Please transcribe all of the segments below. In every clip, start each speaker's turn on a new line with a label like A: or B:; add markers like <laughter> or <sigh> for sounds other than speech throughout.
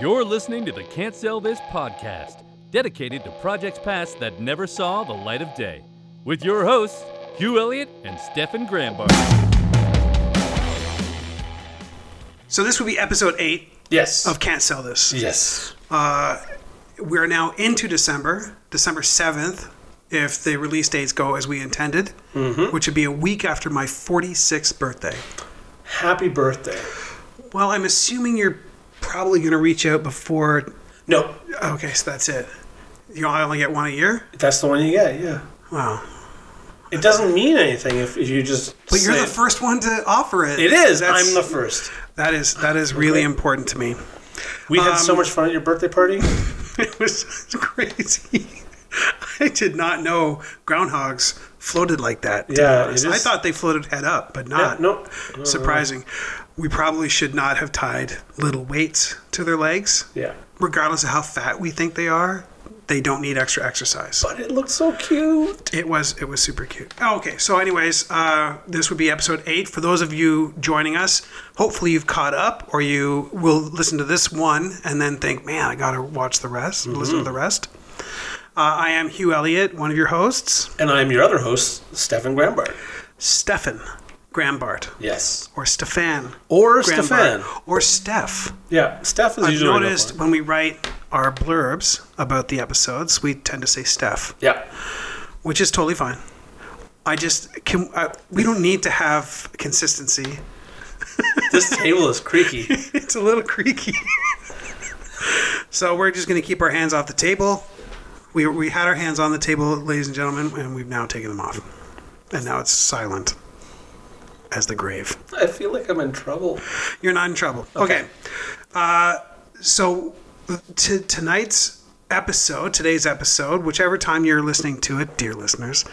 A: You're listening to the Can't Sell This podcast, dedicated to projects past that never saw the light of day, with your hosts, Hugh Elliott and Stefan Grambar.
B: So this would be episode eight
C: Yes.
B: of Can't Sell This.
C: Yes.
B: We are now into December, December 7th, if the release dates go as we intended,
C: Mm-hmm.
B: which would be a week after my 46th birthday.
C: Happy birthday.
B: Well, I'm assuming you're probably going to reach out before.
C: No,
B: Okay, so that's it. You only get one a year?
C: that's the one you get. Yeah.
B: Wow.
C: It doesn't mean anything if, if you just.
B: But you're
C: say
B: the
C: it.
B: first one to offer it.
C: It is.
B: That's-
C: I'm the first.
B: That is that is really
C: Okay.
B: important to me.
C: We had
B: Um,
C: so much fun at your
B: <laughs>
C: birthday party.
B: It was <laughs> crazy. I did not know groundhogs floated like that. to be
C: Yeah, it
B: honest.
C: is-
B: I thought they floated head up, but not.
C: no.
B: <laughs> Surprising. We probably should not have tied little weights to their legs.
C: Yeah.
B: Regardless of how fat we think they are, they don't need extra exercise.
C: But it looked so cute.
B: It was it was super cute. Oh, okay, so anyways, uh, this would be episode eight. For those of you joining us, hopefully you've caught up, or you will listen to this one and then think, "Man, I gotta watch the rest and listen to
C: Mm-hmm.
B: the rest." Uh, I am Hugh Elliott, one of your hosts,
C: And I'm your other host, Stefan Grambart.
B: Stefan Grambart,
C: Yes.
B: or Stefan,
C: Or
B: Grambart,
C: Stefan.
B: or Steph.
C: Yeah. Steph is
B: I've
C: usually the
B: noticed
C: one.
B: when we write our blurbs about the episodes, we tend to say Steph.
C: Yeah.
B: which is totally fine. I just can. I, we don't need to have consistency. <laughs>
C: This table is creaky.
B: It's a little creaky, <laughs> so we're just going to keep our hands off the table. We we had our hands on the table, ladies and gentlemen, and we've now taken them off, and now it's silent as the grave.
C: I feel like I'm in trouble.
B: You're not in trouble. Okay. Uh, so t- tonight's episode, today's episode, whichever time you're listening to it, dear listeners,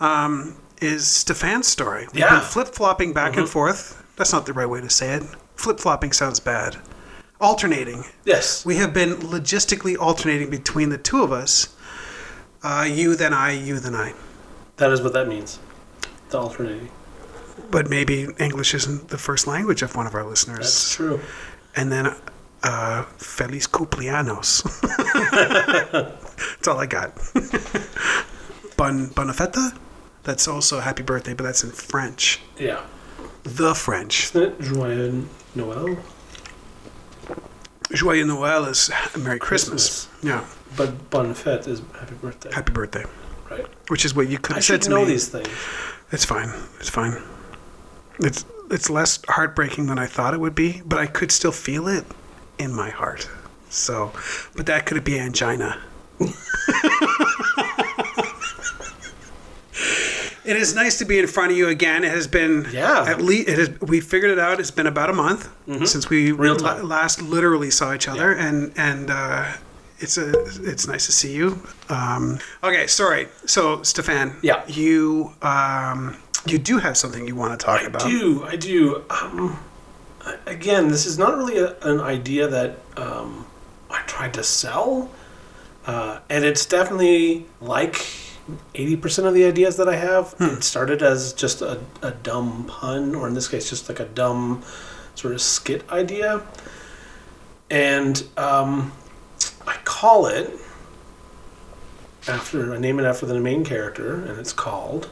B: um, is Stefan's story. We've
C: Yeah. Mm-hmm.
B: been flip flopping back and forth. That's not the right way to say it. Flip flopping sounds bad. Alternating.
C: Yes.
B: We have been logistically alternating between the two of us. Uh, you then I, you then I.
C: That is what that means. The alternating.
B: But maybe English isn't the first language of one of our listeners.
C: That's true.
B: and then uh, Feliz Cumpleaños. that's all I got. bon, bona feta? That's also happy birthday, but that's in French.
C: Yeah. <laughs>
B: The French.
C: Isn't it Joyeux Noel?
B: Joyeux Noël is Merry Christmas.
C: Christmas.
B: Yeah,
C: But Bon Fête is happy birthday.
B: happy birthday.
C: Right.
B: Which is what you could
C: I
B: have said
C: should
B: to
C: know
B: me.
C: these things.
B: It's fine. It's fine. It's it's less heartbreaking than I thought it would be, but I could still feel it in my heart. So, but that could be angina. it is nice to be in front of you again. It has been
C: Yeah. Mm-hmm.
B: At least it is. We figured it out. It's been about a month since we
C: Real time.
B: la- last literally saw each other, and and uh, it's a it's nice to see you. Um, okay, sorry. So Stefan,
C: Yeah.
B: you um, you do have something you want to talk about.
C: I do. I do. Um, a- again, this is not really a, an idea that um, I tried to sell, uh, and it's definitely like eighty percent of the ideas that I have. It started as just a, a dumb pun, or in this case, just like a dumb sort of skit idea, and um, I call it after I name it after the main character, and it's called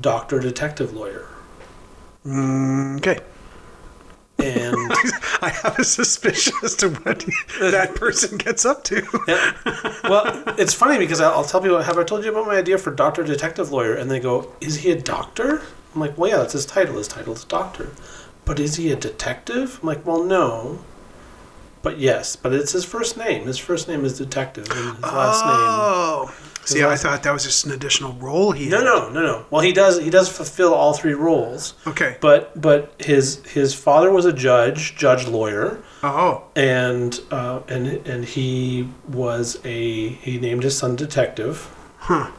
C: Doctor Detective Lawyer.
B: Okay.
C: and
B: I have a suspicion as to
C: <laughs>
B: what that person gets up to.
C: well, it's funny because I'll I'll tell people, have I told you about my idea for doctor detective lawyer? And they go, is he a doctor? I'm like, well, yeah, that's his title. His title is doctor, but is he a detective? I'm like, well, no, but yes, but it's his first name. His first name is detective, and his last name.
B: Oh, see, I thought that was just an additional role he
C: No,
B: had.
C: no, no, no. Well, he does he does fulfill all three roles,
B: Okay.
C: but but his his father was a judge, judge lawyer.
B: oh,
C: and uh, and and he was a he named his son detective.
B: Huh.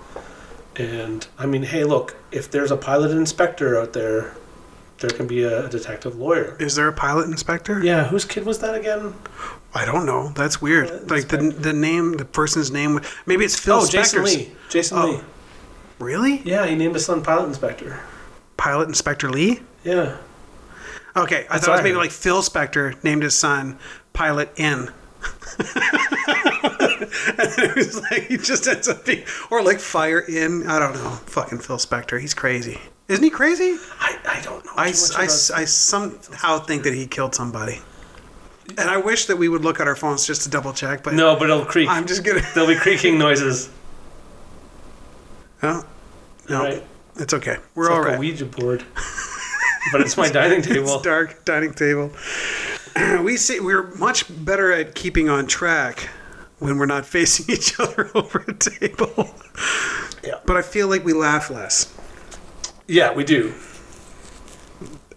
C: And I mean, hey, look, if there's a pilot inspector out there, there can be a, detective lawyer.
B: is there a pilot inspector?
C: Yeah, whose kid was that again?
B: I don't know. That's weird.
C: Pilot
B: like the the name, the person's name. Maybe it's Phil
C: oh, Jason
B: Spector's-
C: Lee. Jason
B: Oh.
C: Lee.
B: Really?
C: Yeah, he named his son pilot inspector.
B: Pilot Inspector Lee?
C: Yeah.
B: Okay, I thought it
C: That's what
B: was
C: I
B: maybe
C: heard.
B: like Phil Spector named his son pilot in. <laughs> and then it was like he just ends up being, or like fire in. I don't know. Fucking Phil Spector. He's crazy. Isn't he crazy?
C: I, I don't know.
B: I,
C: too much
B: I, I
C: about-
B: somehow think that he killed somebody. And I wish that we would look at our phones just to double check, but
C: no, but it'll creak.
B: I'm just gonna. <laughs>
C: There'll be creaking noises.
B: No, no,
C: Right?
B: it's okay. We're
C: It's
B: all
C: like
B: right.
C: a
B: <laughs>
C: Ouija board. but it's my dining table.
B: It's dark dining table. <clears throat> we see we're much better at keeping on track when we're not <laughs> facing each other <laughs> over a table.
C: Yeah.
B: But I feel like we laugh less.
C: Yeah, we do.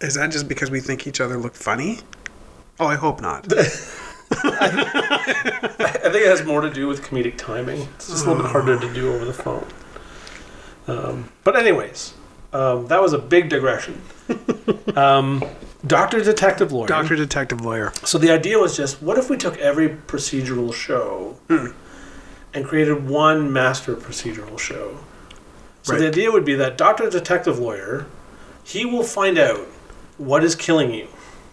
B: Is that just because we think each other look funny? Oh, I hope not.
C: I think it has more to do with comedic timing. It's just a little bit harder to do over the phone. Um, but anyways, um, that was a big digression. um, Doctor Detective Lawyer.
B: Doctor Detective Lawyer.
C: So the idea was just, what if we took every procedural show
B: Hmm.
C: and created one master procedural show? So the
B: Right.
C: idea would be that Doctor Detective Lawyer, he will find out what is killing you,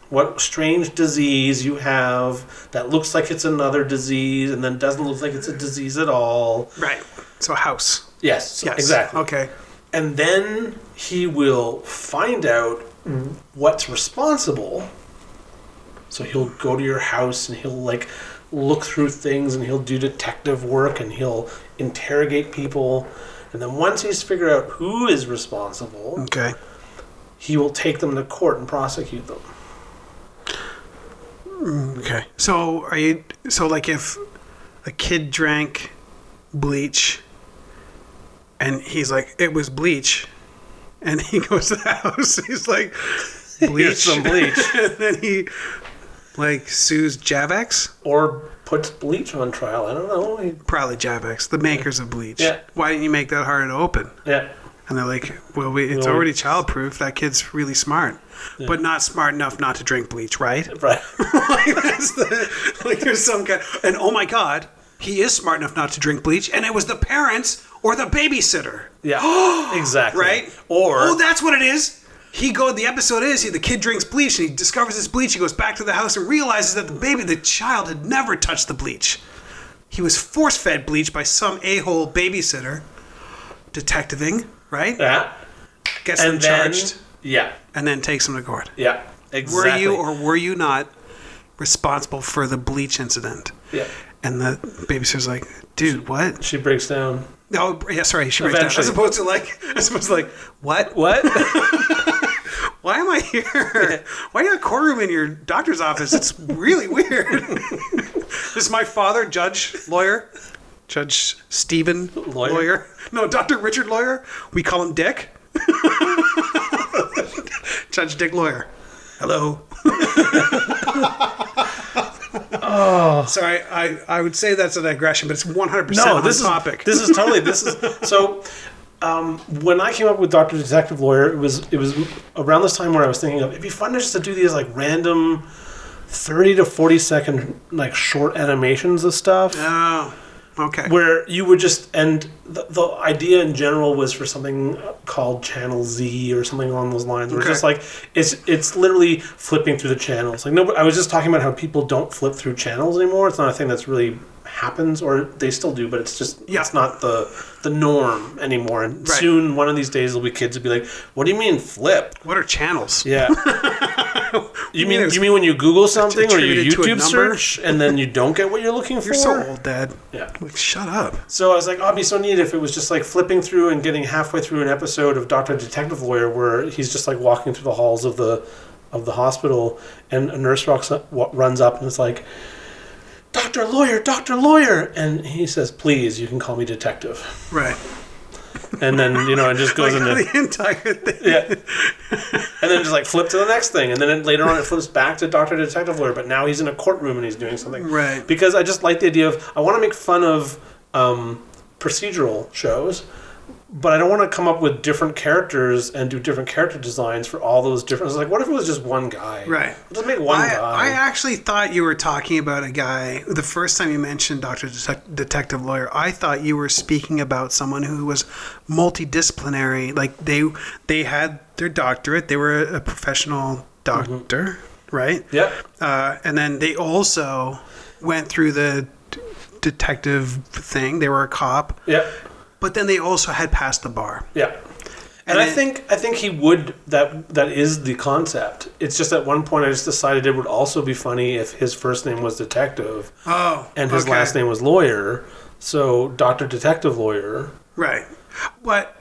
C: what strange disease you have that looks like it's another disease and then doesn't look like it's a disease at all.
B: Right. So house.
C: Yes,
B: Yes.
C: exactly.
B: Okay.
C: And then he will find out
B: Mm-hmm.
C: what's responsible. So he'll go to your house and he'll like look through things and he'll do detective work and he'll interrogate people. And then once he's figured out who is responsible,
B: Okay.
C: he will take them to court and prosecute them.
B: Okay. So are you? So like, if a kid drank bleach, and he's like, "It was bleach," and he <laughs> goes to the house, he's like, "Bleach,"
C: Here's some bleach.
B: <laughs> and then he like sues Javex,
C: or puts bleach on trial. I don't know. He-
B: probably Javex, the makers of bleach.
C: Yeah.
B: Why didn't you make that hard to open?
C: Yeah.
B: And they're like, "Well, we, it's
C: Well,
B: already childproof. That kid's really smart." But not smart enough not to drink bleach, right?
C: Right. <laughs>
B: <laughs> like, that's the, like there's some kind. And oh my god, he is smart enough not to drink bleach, and it was the parents or the babysitter, <gasps>
C: Yeah. exactly.
B: right?
C: Or
B: oh, that's what it is. He go. The episode is he, the kid drinks bleach and he discovers this bleach. He goes back to the house and realizes that the baby, the child, had never touched the bleach. He was force fed bleach by some a hole babysitter, detectiving, right?
C: yeah.
B: Gets
C: And
B: them
C: then
B: charged
C: yeah.
B: and then takes them to court.
C: Yeah.
B: Were
C: Exactly.
B: you or were you not responsible for the bleach incident?
C: Yeah.
B: And the babysitter's like, dude, what?
C: She breaks down.
B: Oh, yeah, sorry, she breaks down. As
C: Eventually.
B: opposed to like, <laughs> as opposed to like, what?
C: What?
B: Why am I here? Why do you have a courtroom in your doctor's office? It's really
C: <laughs>
B: weird. this is my father, judge, lawyer, Judge Stephen,
C: Lawyer.
B: lawyer. No, Dr. Richard, lawyer. We call him Dick. <laughs> judge Dick, lawyer. <laughs>
C: <laughs>
B: Hello. oh. Sorry, I, I would say that's a digression, but it's 100% on
C: this
B: topic.
C: Is, this is totally this is
B: <laughs>
C: so. Um, when I came up with Doctor Detective Lawyer, it was it was around this time where I was thinking of it'd be fun just to do these like random thirty to forty second like short animations of stuff
B: oh, okay.
C: where you would just and the, the idea in general was for something called channel z or something along those lines where
B: Okay.
C: it's just like it's it's literally flipping through the channels like no i was just talking about how people don't flip through channels anymore it's not a thing that's really happens or they still do but it's just
B: Yeah.
C: it's not the the norm anymore and
B: Right.
C: soon one of these days there'll be kids who'll be like what do you mean flip
B: what are channels? <laughs>
C: yeah you mean
B: there's-
C: you mean when you google something or you
B: attributed to a
C: youtube
B: number?
C: search and then you don't get what you're looking for
B: You're so old, Dad.
C: yeah
B: Like, shut up.
C: so I was like, oh, it'd be so neat if it was just like flipping through and getting halfway through an episode of Doctor Detective Lawyer where he's just like walking through the halls of the of the hospital and a nurse walks up, wa- runs up and is like, Doctor Lawyer, Doctor Lawyer, and he says, please, you can call me Detective,
B: Right.
C: and then you know it just goes
B: Like, <laughs>
C: into
B: the entire thing.
C: yeah, and then just like flip to the next thing, and then it, later on it flips back to Doctor Detective Lawyer, but now he's in a courtroom and he's doing something.
B: Right.
C: Because I just like the idea of I want to make fun of um, procedural shows, but I don't want to come up with different characters and do different character designs for all those different. It's like, what if it was just one guy?
B: Right.
C: Just make one
B: I, I
C: guy.
B: actually thought you were talking about a guy. The first time you mentioned Dr. Detec- Detective Lawyer, I thought you were speaking about someone who was multidisciplinary. Like they they had their doctorate, they were a professional doctor.
C: Mm-hmm.
B: right?
C: Yep.
B: Uh, and then they also went through the d- detective thing. They were a cop,
C: Yep.
B: but then they also had passed the bar.
C: Yeah.
B: And
C: And, I
B: it-
C: think I think he would that that is the concept. It's just at one point I just decided it would also be funny if his first name was detective
B: Oh,
C: and his
B: okay.
C: last name was lawyer. So Doctor Detective Lawyer.
B: right? But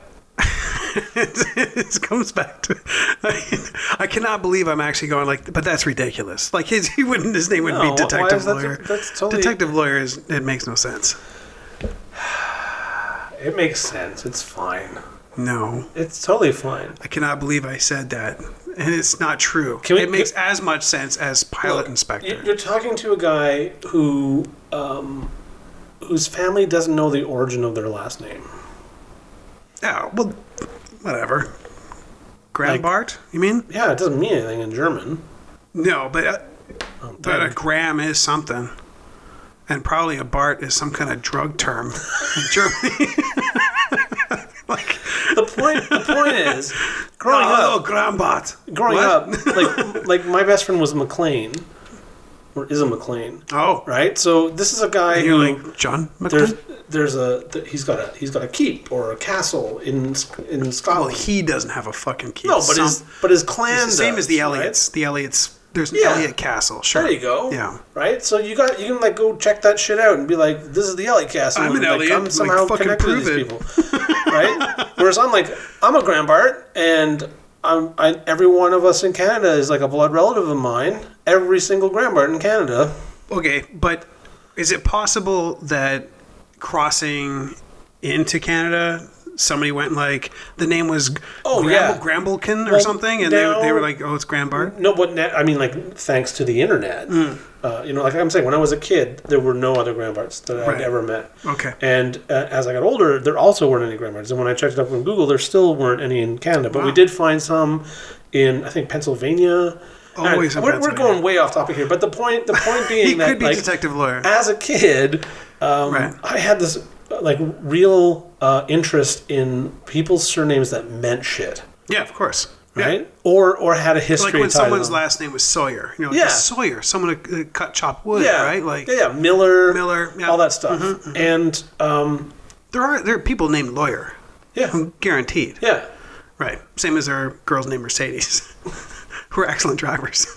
B: <laughs> it comes back to I cannot believe I'm actually going like, but that's ridiculous. Like his he wouldn't his name wouldn't
C: No, why
B: be
C: is
B: detective
C: that-
B: lawyer.
C: that's totally-
B: Detective lawyer is it makes no sense.
C: It makes sense. It's fine.
B: No.
C: It's totally fine.
B: I cannot believe I said that. And it's not true.
C: Can we-
B: it makes as much sense as pilot
C: You-
B: inspector.
C: You're talking to a guy who um, whose family doesn't know the origin of their last name.
B: yeah, Oh, well, whatever. Grand
C: Like-
B: Bart, you mean?
C: Yeah, it doesn't mean anything in German.
B: No, but uh,
C: Oh,
B: but a
C: damn.
B: gram is something. And probably a Bart is some kind of drug term in <laughs> Germany. like,
C: the point the point <laughs> is growing
B: oh,
C: up
B: hello, Grand Bart.
C: growing
B: What? <laughs>
C: up, like like my best friend was McLean, or is a McLean,
B: Oh, right.
C: right? So this is a guy
B: You're
C: who
B: like John
C: there's
B: McLean?
C: there's a th- he's got a he's got a keep or a castle in Sc- in
B: Well,
C: Scotland.
B: Oh, he doesn't have a fucking key.
C: no, but his
B: Some-
C: but his clan
B: it's the same
C: does,
B: as the
C: right?
B: Elliots. The Elliots. There's an
C: Yeah.
B: Elliot Castle. Sure.
C: There you go.
B: Yeah.
C: Right. So you got you can like go check that shit out and be like, this is the Elliot Castle.
B: I'm an
C: and, like,
B: Elliot, like, fucking
C: connected to
B: prove
C: these
B: it.
C: people. <laughs> right. Whereas I'm like, I'm a Grand Bart, and I'm I, every one of us in Canada is like a blood relative of mine. Every single Grand Bart in Canada.
B: Okay, but is it possible that crossing into Canada, somebody went like the name was
C: Oh,
B: Gramble,
C: yeah.
B: Gramblekin or
C: Well,
B: something, and
C: no.
B: they, they were like, oh, it's Grambart.
C: No, but na- I mean, like thanks to the internet.
B: Hmm.
C: Uh, you know, like I'm saying, when I was a kid, there were no other Grand Barts that I'd
B: Right.
C: ever met.
B: Okay.
C: And uh, as I got older, there also weren't any Grand Marks. And when I checked it up on Google, there still weren't any in Canada. But we
B: Wow.
C: did find some in, I think, Pennsylvania.
B: Always in
C: we're,
B: Pennsylvania.
C: we're going way off topic here. But the point, the
B: <laughs>
C: point being
B: He
C: that,
B: could be
C: like,
B: detective lawyer.
C: as a kid, um,
B: Right.
C: I had this uh, like real uh, interest in people's surnames that meant shit,
B: yeah, of course. Yeah.
C: right? Or or had a history.
B: Like when
C: tied to
B: someone's
C: them.
B: last name was Sawyer, you know, like
C: Yeah.
B: Sawyer, someone to uh, cut chop wood,
C: yeah,
B: right? Like
C: yeah, yeah, Miller,
B: Miller, yeah. Mm-hmm,
C: all that stuff, and um,
B: there are there are people named lawyer,
C: yeah,
B: Hmm. guaranteed,
C: yeah.
B: right? Same as our girls named Mercedes, <laughs> who are excellent drivers.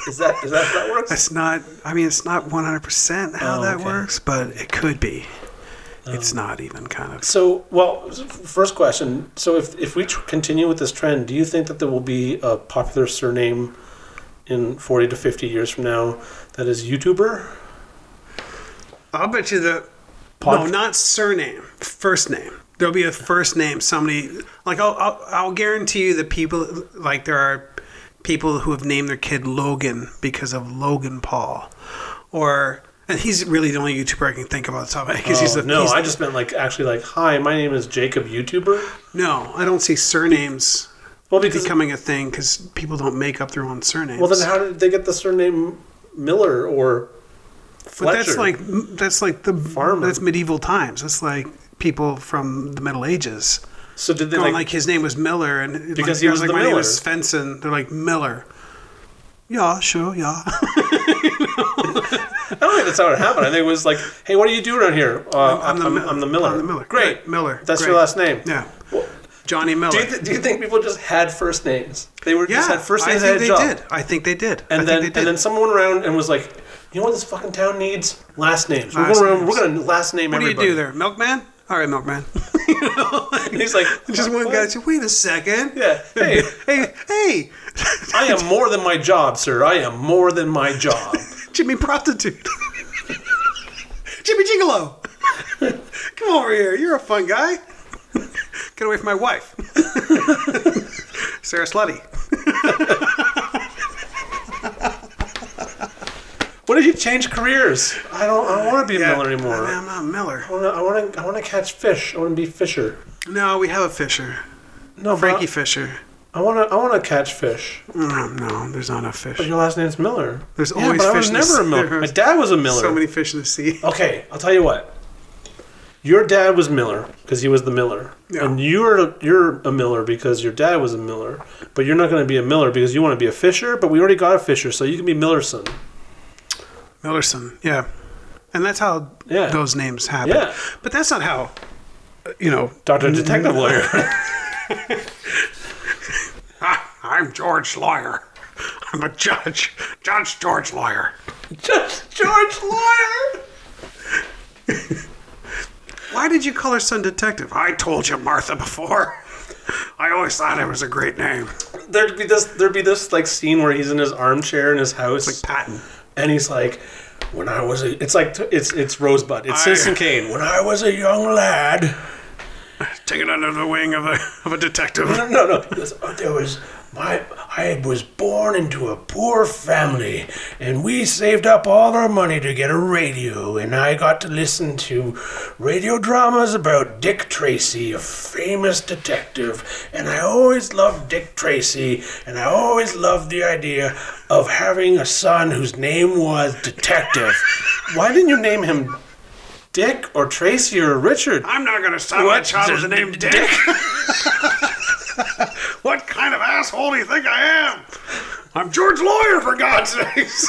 B: <laughs>
C: Is that is that how that works?
B: It's not. I mean, it's not one hundred percent how
C: Oh,
B: that
C: okay. Oh.
B: works, but it could be. It's not even kind of.
C: So, well, f- first question. So, if, if we tr- continue with this trend, do you think that there will be a popular surname in 40 to 50 years from now that is YouTuber?
B: I'll bet you the.
C: Pod-
B: no, not surname. First name. There'll be a first name. Somebody like I'll, I'll I'll guarantee you that people like there are people who have named their kid Logan because of Logan Paul, or and he's really the only YouTuber I can think of on the top of because he's
C: Oh,
B: the
C: no,
B: he's-
C: I just meant like actually like, hi, my name is Jacob YouTuber.
B: no I don't see surnames
C: Well, because
B: becoming a thing because people don't make up their own surnames.
C: well, then how did they get the surname Miller or
B: But
C: Fletcher?
B: that's like that's like the
C: Farmer.
B: That's medieval times. That's like people from the Middle Ages.
C: so did they
B: Going
C: like,
B: like, his name was Miller, and
C: Because
B: like,
C: he
B: I
C: was
B: like
C: the
B: my name
C: Miller.
B: was Svensson. They're like Miller. Yeah, sure, yeah.
C: Uh, I don't think that's how it happened. I think it was like, hey, what do you do around here? Uh,
B: <laughs>
C: I'm,
B: I'm the
C: I'm,
B: Mil-
C: I'm the Miller.
B: I'm the Miller.
C: Great,
B: Great, Miller.
C: That's your
B: Great.
C: last name.
B: yeah,
C: Well,
B: Johnny Miller.
C: Do you, th- do you think people just had first names? They were
B: yeah,
C: just had first
B: I
C: names.
B: think
C: and
B: they
C: had a job.
B: did. I think they did. I
C: And
B: think
C: then
B: they
C: and
B: did.
C: then someone went around and was like, you know what this fucking town needs? Last names. We're
B: Last
C: going around.
B: names.
C: We're gonna last name
B: what do you
C: everybody.
B: do there, Milkman? All right, Milkman. <laughs>
C: And <laughs> he's like,
B: Just one
C: "What?
B: guy. said, Wait a second.
C: Yeah. Hey,
B: Hey, hey,
C: I am more than my job, sir. I am more than my
B: <laughs>
C: job.
B: Jimmy prostitute. <laughs> Jimmy gigolo. <laughs> Come over here. You're a fun guy. Get away from my wife. <laughs> Sarah Slutty.
C: what if you change careers? I don't. I don't want to be a Miller
B: I mean,
C: anymore.
B: I'm not Miller.
C: I want to. I want to. I want to catch fish. I want to be Fisher.
B: No, we have a Fisher.
C: No, but
B: Frankie
C: I-
B: Fisher.
C: I want to. I want to catch fish.
B: No, no, there's not enough
C: But
B: fish.
C: your last name's Miller.
B: There's
C: yeah,
B: always
C: but I
B: fish
C: was
B: in the
C: never a
B: sea.
C: Miller.
B: There's
C: My dad was a Miller.
B: So many fish in the sea.
C: Okay, I'll tell you what. your dad was Miller because he was the Miller,
B: Yeah.
C: and you're a, you're a Miller because your dad was a Miller. But you're not going to be a Miller because you want to be a Fisher. But we already got a Fisher, so you can be Millerson.
B: Millerson, yeah. And that's how
C: Yeah.
B: those names happen.
C: Yeah.
B: But that's not how, uh, you know,
C: Doctor Detective Lawyer. <laughs>
B: "Ah, I'm George Lawyer. <laughs> I'm a judge. Judge George Lawyer.
C: Just George Lawyer.
B: Why did you call her son Detective? I told you Martha before. I always thought it was a great name.
C: There'd be this. There'd be this like scene where he's in his armchair in his house,
B: Patton.
C: and he's like, "When I was a," it's like it's it's Rosebud. It's Citizen Kane. When I was a young lad.
B: Take it under the wing of a, of a detective.
C: <laughs> No, no, no. He goes, "Oh, There was my I was born into a poor family, and we saved up all our money to get a radio, and I got to listen to radio dramas about Dick Tracy, a famous detective, and I always loved Dick Tracy, and I always loved the idea of having a son whose name was Detective. <laughs> Why didn't you name him Dick or Tracy or Richard?
B: I'm not going to stop
C: What?
B: my child with the name Dick. <laughs> what kind of asshole do you think I am? I'm George Lawyer, for God's sakes.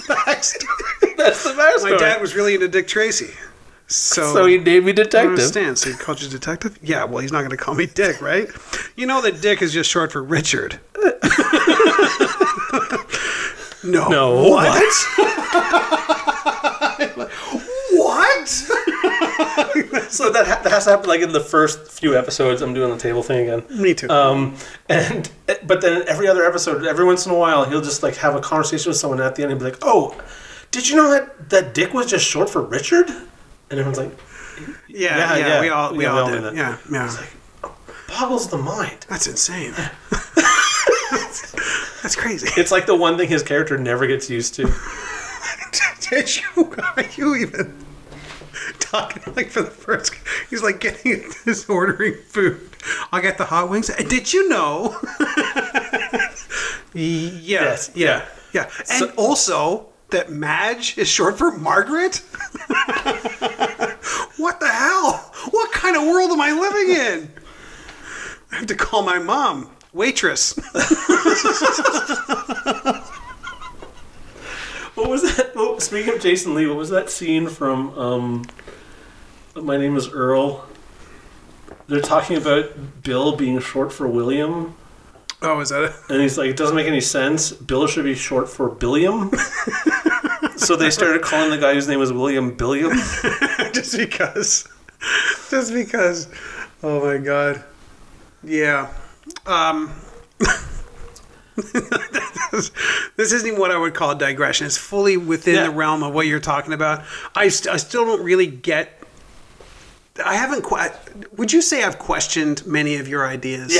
C: <laughs> That's the best
B: My dad was really into Dick Tracy. So,
C: named me
B: I
C: Detective.
B: understand. So he called you detective? Yeah, well, he's not going to call me Dick, right? You know that Dick is just short for Richard. <laughs> no.
C: No.
B: What? what?
C: <laughs> So that, ha- that has to happen like in the first few episodes. I'm doing the table thing again.
B: Me too.
C: Um, and <laughs> but then every other episode, every once in a while, he'll just like have a conversation with someone at the end and be like, "Oh, did you know that that Dick was just short for Richard?" And everyone's like,
B: yeah,
C: yeah,
B: yeah,
C: yeah.
B: We all, we
C: Yeah,
B: all,
C: we all
B: did.
C: did that.
B: Yeah, yeah.
C: "Boggles the mind."
B: That's
C: <laughs>
B: insane. That's crazy.
C: It's like the one thing his character never gets used to.
B: <laughs> Did you, are you even talking like for the first? He's like getting <laughs> this ordering food. I get the hot wings. And Did you know? <laughs> yes.
C: yeah.
B: Yeah. And also that Madge is short for Margaret. <laughs> what the hell? What kind of world am I living in? I have to call my mom. Waitress.
C: <laughs>
B: <laughs>
C: What was that? Oh, speaking of Jason Lee, what was that scene from um, My Name Is Earl? They're talking about Bill being short for William.
B: Oh, is that it?
C: And he's like, it doesn't make any sense. Bill should be short
B: <laughs>
C: for Billiam. so they started calling the guy whose name was William Billiam.
B: <laughs> just because just because oh my god yeah um <laughs> this isn't even what I would call a digression. It's fully within
C: Yeah.
B: the realm of what you're talking about. I, st- I still don't really get. I haven't quite. Would you say I've questioned many of your ideas?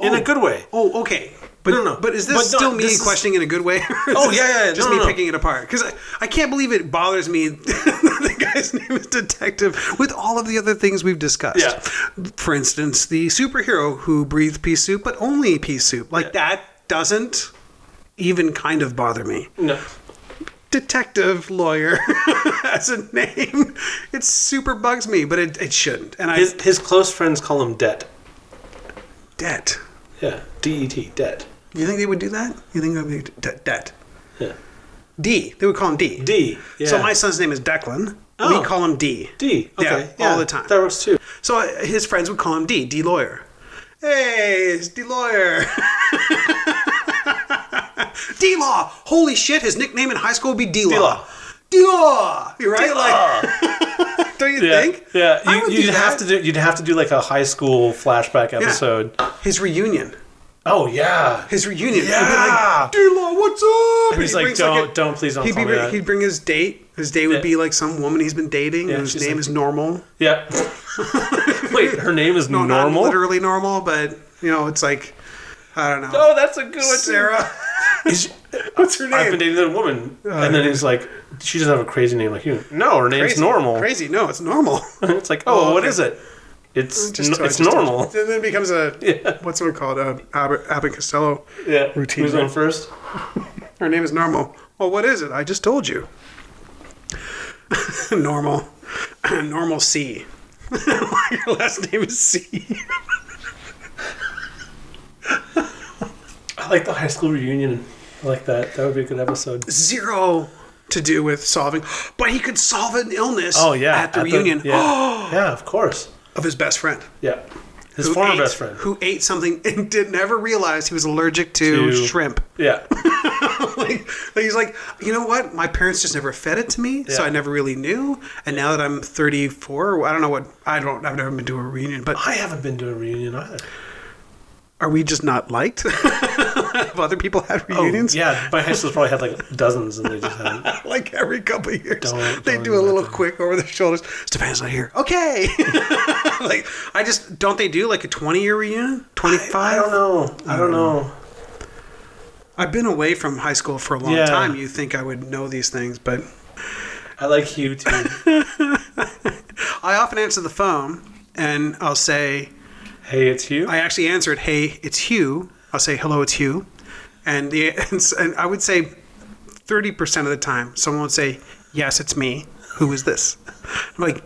C: In a good way.
B: Oh, okay. But
C: No, no, no.
B: But is this
C: But no,
B: still me
C: this is-
B: questioning in a good way? <laughs>
C: Oh, yeah, yeah, yeah.
B: Just
C: No,
B: me
C: no, no.
B: picking it apart because I, I can't believe it bothers me. <laughs> the guy's name is Detective. With all of the other things we've discussed,
C: Yeah.
B: For instance, the superhero who breathed pea soup, but only pea soup. Like that doesn't even kind of bother me.
C: No.
B: Detective lawyer <laughs> as a name, it super bugs me, but it, it shouldn't. And I
C: His, his close friends call him Det.
B: debt.
C: Yeah. D E T. Det.
B: You think they would do that? You think they would do debt? debt.
C: Yeah.
B: D. They would call him D.
C: D. Yeah.
B: So my son's name is Declan.
C: Oh.
B: We call him D.
C: D. Okay.
B: Yeah, all the time.
C: That works too.
B: So uh, his friends would call him D. D lawyer. Hey, it's D lawyer. <laughs> D law. Holy shit! His nickname in high school would be D law.
C: D-Law.
B: D law. You're right. Like, <laughs> don't you
C: Yeah.
B: think? I
C: Yeah.
B: would
C: You,
B: do
C: you'd have to
B: that.
C: do. You'd have to do like a high school flashback
B: Yeah.
C: episode.
B: his reunion.
C: Oh yeah.
B: His reunion.
C: Yeah.
B: D law, what's up?
C: He's
B: he
C: like,
B: brings,
C: don't,
B: a-
C: don't, please don't
B: He'd,
C: call
B: be,
C: me that.
B: he'd bring his date. His date would
C: Yeah.
B: be like some woman he's been dating
C: Yeah,
B: whose
C: she's
B: name
C: like-
B: is normal.
C: Yeah. <laughs> Wait, her name is
B: No,
C: normal.
B: not literally normal, but you know, it's like I don't know.
C: oh, that's a good one.
B: Sarah.
C: <laughs> Is,
B: What's her
C: I've been
B: name?
C: dating that woman, and then he's like, she doesn't have a crazy name like you. Uh, No, her name's
B: Crazy.
C: normal.
B: Crazy. No, it's normal.
C: It's like, oh,
B: Oh,
C: what
B: okay.
C: is it? <laughs> It's
B: Just-
C: n- it's
B: just-
C: normal. <laughs>
B: And then it becomes a
C: Yeah.
B: what's it called? Uh, Abbott, Abbott Costello.
C: Yeah,
B: Routine,
C: Who's on
B: right?
C: first?
B: Her name is normal. Well, what is it? I just told you. <laughs> normal, <clears throat> normal C. <laughs> Your last name is C.
C: I like the high school reunion. I like that. That would be a good episode.
B: Zero to do with solving, but he could solve an illness.
C: Oh yeah,
B: at the reunion
C: yeah. yeah, of course.
B: <gasps> of his best friend,
C: Yeah, his
B: who
C: former
B: ate-
C: best friend.
B: who ate something <laughs> and did never realize he was allergic to,
C: To-
B: shrimp. <laughs>
C: Yeah,
B: like, like he's like, you know what? My parents just never fed it to me, so
C: Yeah.
B: I never really knew. And now that I'm 34, I don't know what I don't. I've never been to a reunion, but
C: <laughs> I haven't been to a reunion either.
B: are we just not liked? <laughs> Have other people had reunions?
C: Oh, Yeah, my high school's probably had like dozens, and they just
B: <laughs>
C: haven't.
B: Like every couple of years,
C: Don't-
B: they
C: don't
B: do a
C: let
B: little
C: them.
B: quick over their shoulders. Stefan's not here. Okay, <laughs> like I just don't they do like a twenty year reunion, twenty
C: <laughs> I
B: five?
C: don't know. I don't know.
B: I've been away from high school for a long
C: Yeah.
B: time. You think I would know these things, but
C: I like Hugh too.
B: I often answer the phone and I'll say,
C: <laughs> Hey, it's Hugh.
B: I actually answered, "Hey, it's Hugh." I'll say, "Hello, it's Hugh," and the <laughs> and, s- and I would say, thirty percent of the time, someone would say, "Yes, it's me." Who is this? I'm like,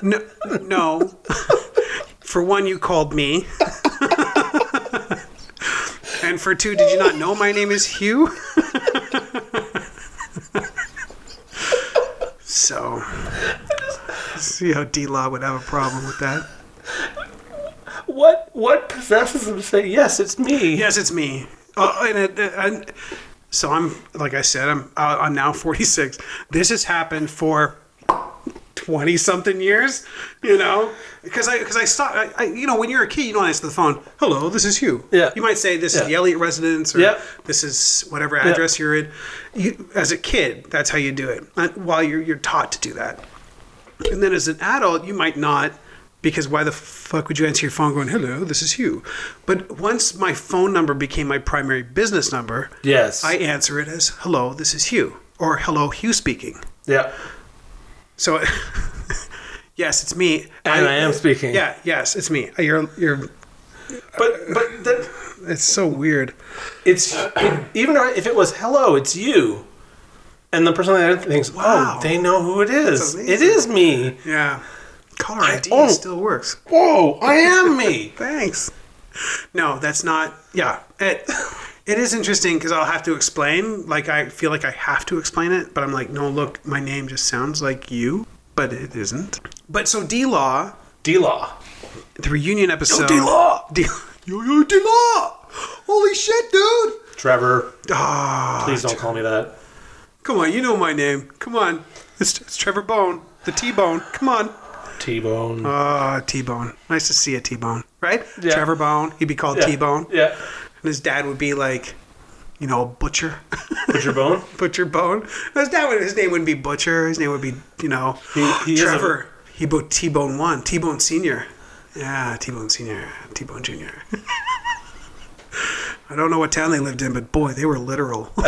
B: no, no. <laughs> for one, you called me, <laughs> and for two, did you not know my name is Hugh? <laughs> so, see how D Law would have a problem with that.
C: What what possesses him to say yes? It's me.
B: Yes, it's me. Uh, and, it, and so I'm like I said, I'm uh, I'm now 46. This has happened for 20 something years, you know, because I because I stopped. I, I, you know, when you're a kid, you don't answer the phone. Hello, this is Hugh.
C: Yeah.
B: You might say this is
C: Yeah.
B: the Elliott residence or
C: Yeah.
B: this is whatever address you're in. You, as a kid, that's how you do it. Uh, While you're you're taught to do that. And then as an adult, you might not, because why the fuck would you answer your phone going, hello, this is Hugh? But once my phone number became my primary business number,
C: Yes.
B: I answer it as, hello, this is Hugh, or hello, Hugh speaking.
C: yeah.
B: So, <laughs> yes, it's me.
C: And I am speaking.
B: Yeah, yes, it's me. You're, you're,
C: But but that,
B: it's so weird.
C: it's even if it was hello, it's you. And the person on the other end thinks,
B: Wow.
C: "Oh, they know who it is.
B: amazing.
C: It is me.
B: Yeah. Caller
C: I-
B: ID
C: oh.
B: still works.
C: Whoa, I am <laughs> me."
B: Thanks. No, that's not. Yeah, it it is interesting because I'll have to explain. Like I feel like I have to explain it, but I'm like, no, look, my name just sounds like you, but it isn't. But so D Law,
C: D Law.
B: the reunion episode.
C: D-Law!
B: D Yo Yo D Law. Holy shit, dude!
C: Trevor,
B: Ah,
C: please don't call me that.
B: come on, you know my name. Come on, it's, it's Trevor Bone, the T Bone. Come on.
C: T Bone.
B: Ah, T Bone. Nice to see a T Bone, right?
C: Yeah.
B: Trevor Bone. He'd be called T Bone.
C: Yeah.
B: And his dad would be like, you know, butcher, <laughs>
C: Butcher Bone.
B: butcher bone. And his dad would, his name wouldn't be butcher. His name would be, you know,
C: He- he is a-
B: Trevor. He bought T Bone One, T Bone Senior. Yeah, T Bone Senior, T Bone Junior. <laughs> I don't know what town they lived in, but boy, they were literal. <laughs> At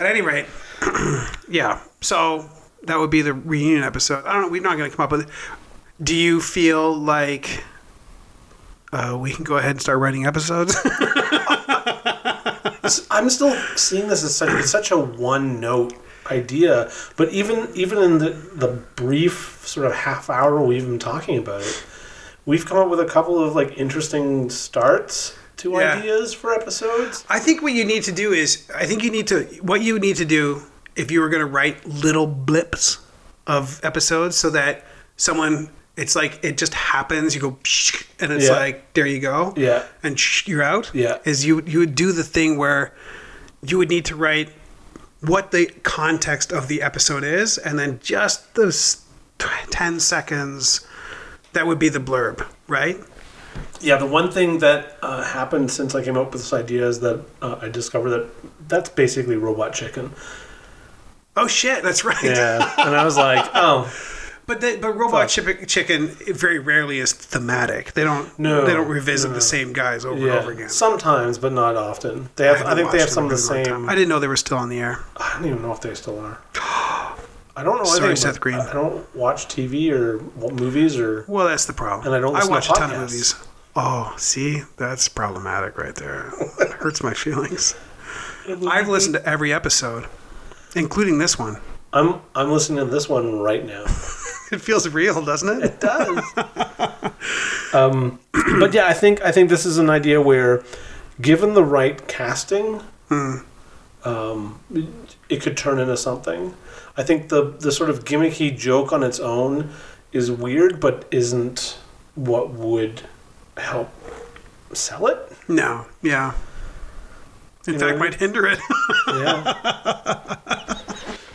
B: any rate, <clears throat> yeah. So that would be the reunion episode. I don't know. We're not going to come up with. Do you feel like uh, we can go ahead and start writing episodes? <laughs>
C: It's- I'm still seeing this as such, it's such a one note idea, but even even in the, the brief sort of half hour we've been talking about it, we've come up with a couple of like interesting starts to
B: Yeah.
C: ideas for episodes.
B: I think what you need to do is, I think you need to, what you need to do if you were going to write little blips of episodes so that someone, it's like, it just happens, you go, psh, and it's
C: Yeah.
B: like, there you go.
C: Yeah.
B: And shh, you're out.
C: Yeah.
B: Is you, you would do the thing where you would need to write what the context of the episode is and then just those t- 10 seconds, that would be the blurb, right?
C: Yeah, the one thing that uh, happened since I came up with this idea is that uh, I discovered that that's basically robot chicken.
B: Oh shit, that's right.
C: Yeah, and I was like, oh,
B: But they, but Robot Chip- Chicken very rarely is thematic. They don't
C: No,
B: they don't revisit
C: no.
B: the same guys over and
C: yeah.
B: over again.
C: Sometimes, but not often. They have, I, think they have
B: watched
C: some of the
B: them in a long time.
C: same.
B: I didn't know they were still on the air.
C: I don't even know if they still are. I don't know.
B: Sorry,
C: anything about-
B: Seth Green.
C: I don't watch TV or w- movies or.
B: Well, that's the problem.
C: And I don't listen
B: I
C: to
B: watch a ton of
C: podcasts.
B: movies. Oh, see, that's problematic right there. It hurts my feelings. I've listened to every episode. including this one. <laughs>
C: I'm I'm listening to this one right now.
B: It feels real, doesn't it?
C: <laughs>
B: <laughs>
C: It does. um, <clears throat> but yeah, I think I think this is an idea where, given the right casting,
B: Hmm.
C: um, it, it could turn into something. I think the the sort of gimmicky joke on its own is weird, but isn't what would help sell it.
B: No, yeah. In
C: You know what
B: fact,
C: I
B: might hinder it. <laughs>
C: Yeah.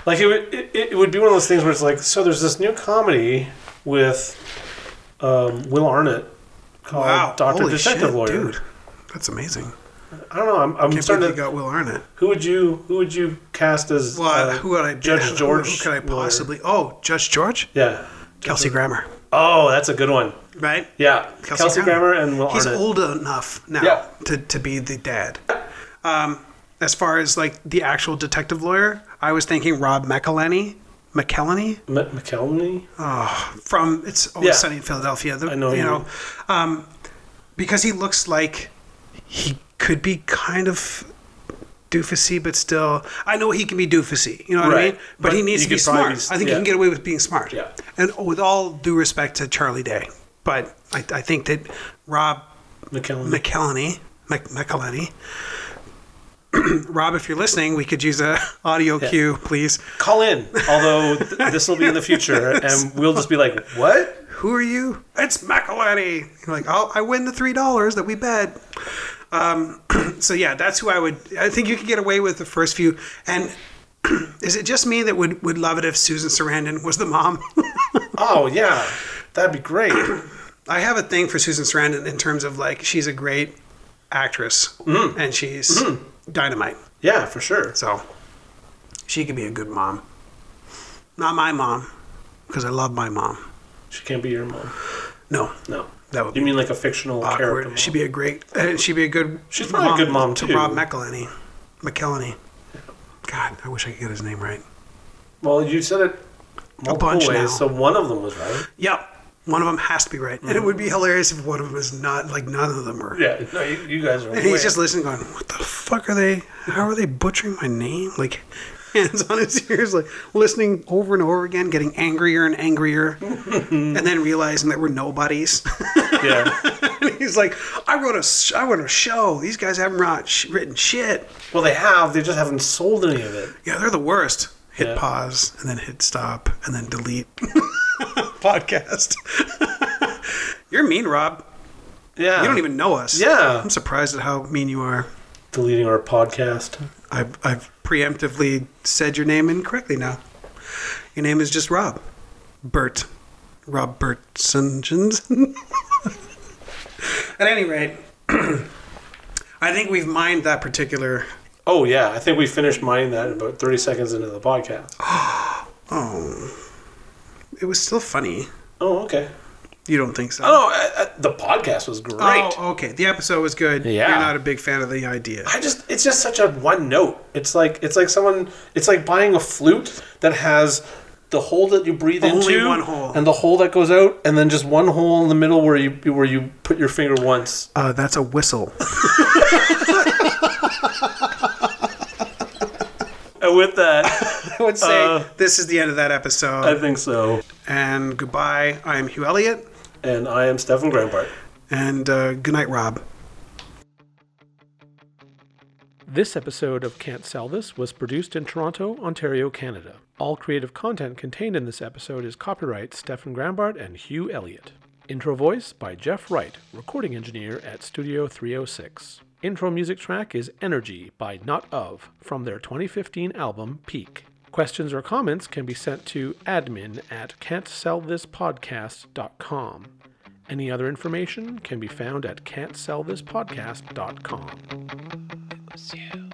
C: like it would, it, it would be one of those things where it's like, so there's this new comedy with um, Will Arnett called
B: wow,
C: Doctor
B: holy
C: Oh, Detective
B: shit,
C: Lawyer.
B: dude. That's amazing.
C: I don't know. I'm, I'm
B: Can't believe
C: starting
B: you
C: to.
B: got Will Arnett.
C: Who would you who would you cast as?
B: Well,
C: uh,
B: who would I?
C: Judge
B: who-
C: George.
B: Who could I
C: Lawyer?
B: possibly? Oh, Judge George.
C: Yeah.
B: Kelsey Grammer.
C: Oh, that's a good one.
B: Right.
C: Yeah. Kelsey, Grammer and Will
B: He's
C: Arnett.
B: old enough now
C: Yeah.
B: to, to be the dad. Um, as far as like the actual detective lawyer, I was thinking Rob McElhenney. McElhenney
C: M- McKelney.
B: from it's always
C: Yeah.
B: sunny in Philadelphia. The-
C: I know
B: you
C: you
B: know,
C: mean.
B: um, because he looks like he could be kind of doofusy, but still, I know he can be doofusy. You know what I
C: Right.
B: mean? But,
C: But
B: he needs
C: you
B: to be
C: could probably
B: smart.
C: be s-
B: I think he
C: yeah.
B: can get away with being smart.
C: Yeah.
B: And with all due respect to Charlie Day, but I, I think that Rob
C: McKelney.
B: McElhenney, Mc, McElhenney. <clears throat> Rob, if you're listening, we could use a <laughs> audio cue, please.
C: Call in. Although th- this will be in
B: <laughs>
C: the future, and we'll just be like, what?
B: Who are you? It's McElhenney. You're like, I'll, I win the three dollars that we bet. Um, <clears throat> so yeah, that's who I would. I think you could get away with the first few. And <clears throat> is it just me that would would love it if Susan Sarandon was the mom? <laughs>
C: Oh yeah, that'd be great.
B: I have a thing for Susan Sarandon in terms of like she's a great actress and she's dynamite.
C: Yeah, for sure.
B: So she could be a good mom. Not my mom, because I love my mom.
C: She can't be your mom.
B: No,
C: No.
B: that would
C: You
B: be
C: mean like a fictional
B: awkward.
C: character? mom?
B: She'd be a great. Uh, she'd be a good.
C: She's probably a good mom,
B: to
C: too.
B: Rob McElhenney. McElhenney. God, I wish I could get his name right.
C: well, you said it multiple
B: bunch
C: ways,
B: now.
C: so one of them was right.
B: Yep, one of them has to be right, and it would be hilarious if one of them is not. Like none of them are.
C: Mm-hmm. Yeah. No, you, you guys <laughs> are.
B: And he's just listening, going, "What the fuck are they? How are they butchering my name?" Like, <laughs> hands on his ears, like listening over and over again, getting angrier and
C: <laughs>
B: angrier, and then realizing that we're nobodies. <laughs>
C: yeah.
B: and he's like, "I wrote a, s- I wrote a show. These guys haven't wrote, sh- written shit.
C: <laughs> Well, they have. They just haven't sold any of it.
B: Yeah, they're the worst." Hit
C: Yeah.
B: pause and then hit stop and then
C: <laughs>
B: delete podcast. <laughs> You're mean, Rob.
C: Yeah.
B: You don't even know us.
C: Yeah.
B: I'm surprised at how mean you are.
C: deleting our podcast.
B: I've, I've preemptively said your name incorrectly now. Your name is just Rob. Bert. Rob Bertson. <laughs> At any rate, <clears throat> I think we've mined that particular.
C: Oh yeah, I think we finished mining that about thirty seconds into the podcast.
B: oh, It was still funny.
C: Oh okay.
B: You don't think so?
C: Oh, I, I, the podcast was great.
B: Oh, okay. The episode was good.
C: Yeah.
B: You're not a big fan of the idea.
C: I just it's just such a one note. It's like it's like someone it's like buying a flute that has the hole that you breathe
B: Only
C: into
B: one hole.
C: and the hole that goes out and then just one hole in the middle where you where you put your finger once.
B: Uh, that's a whistle. <laughs>
C: And Uh, with <laughs> that,
B: I would say
C: Uh,
B: this is the end of that episode.
C: I think so.
B: and goodbye. I'm Hugh Elliott.
C: And I am Stefan Grandpart.
B: And uh, good night, Rob.
D: This episode of Can't Sell This was produced in Toronto, Ontario, Canada. All creative content contained in this episode is copyright Stefan Grambart and Hugh Elliott. Intro voice by Jeff Wright, recording engineer at Studio 306. Intro music track is Energy by Not Of from their 2015 album Peak. Questions or comments can be sent to admin at can'tsellthispodcast.com. Any other information can be found at can'tsellthispodcast.com.
E: was you.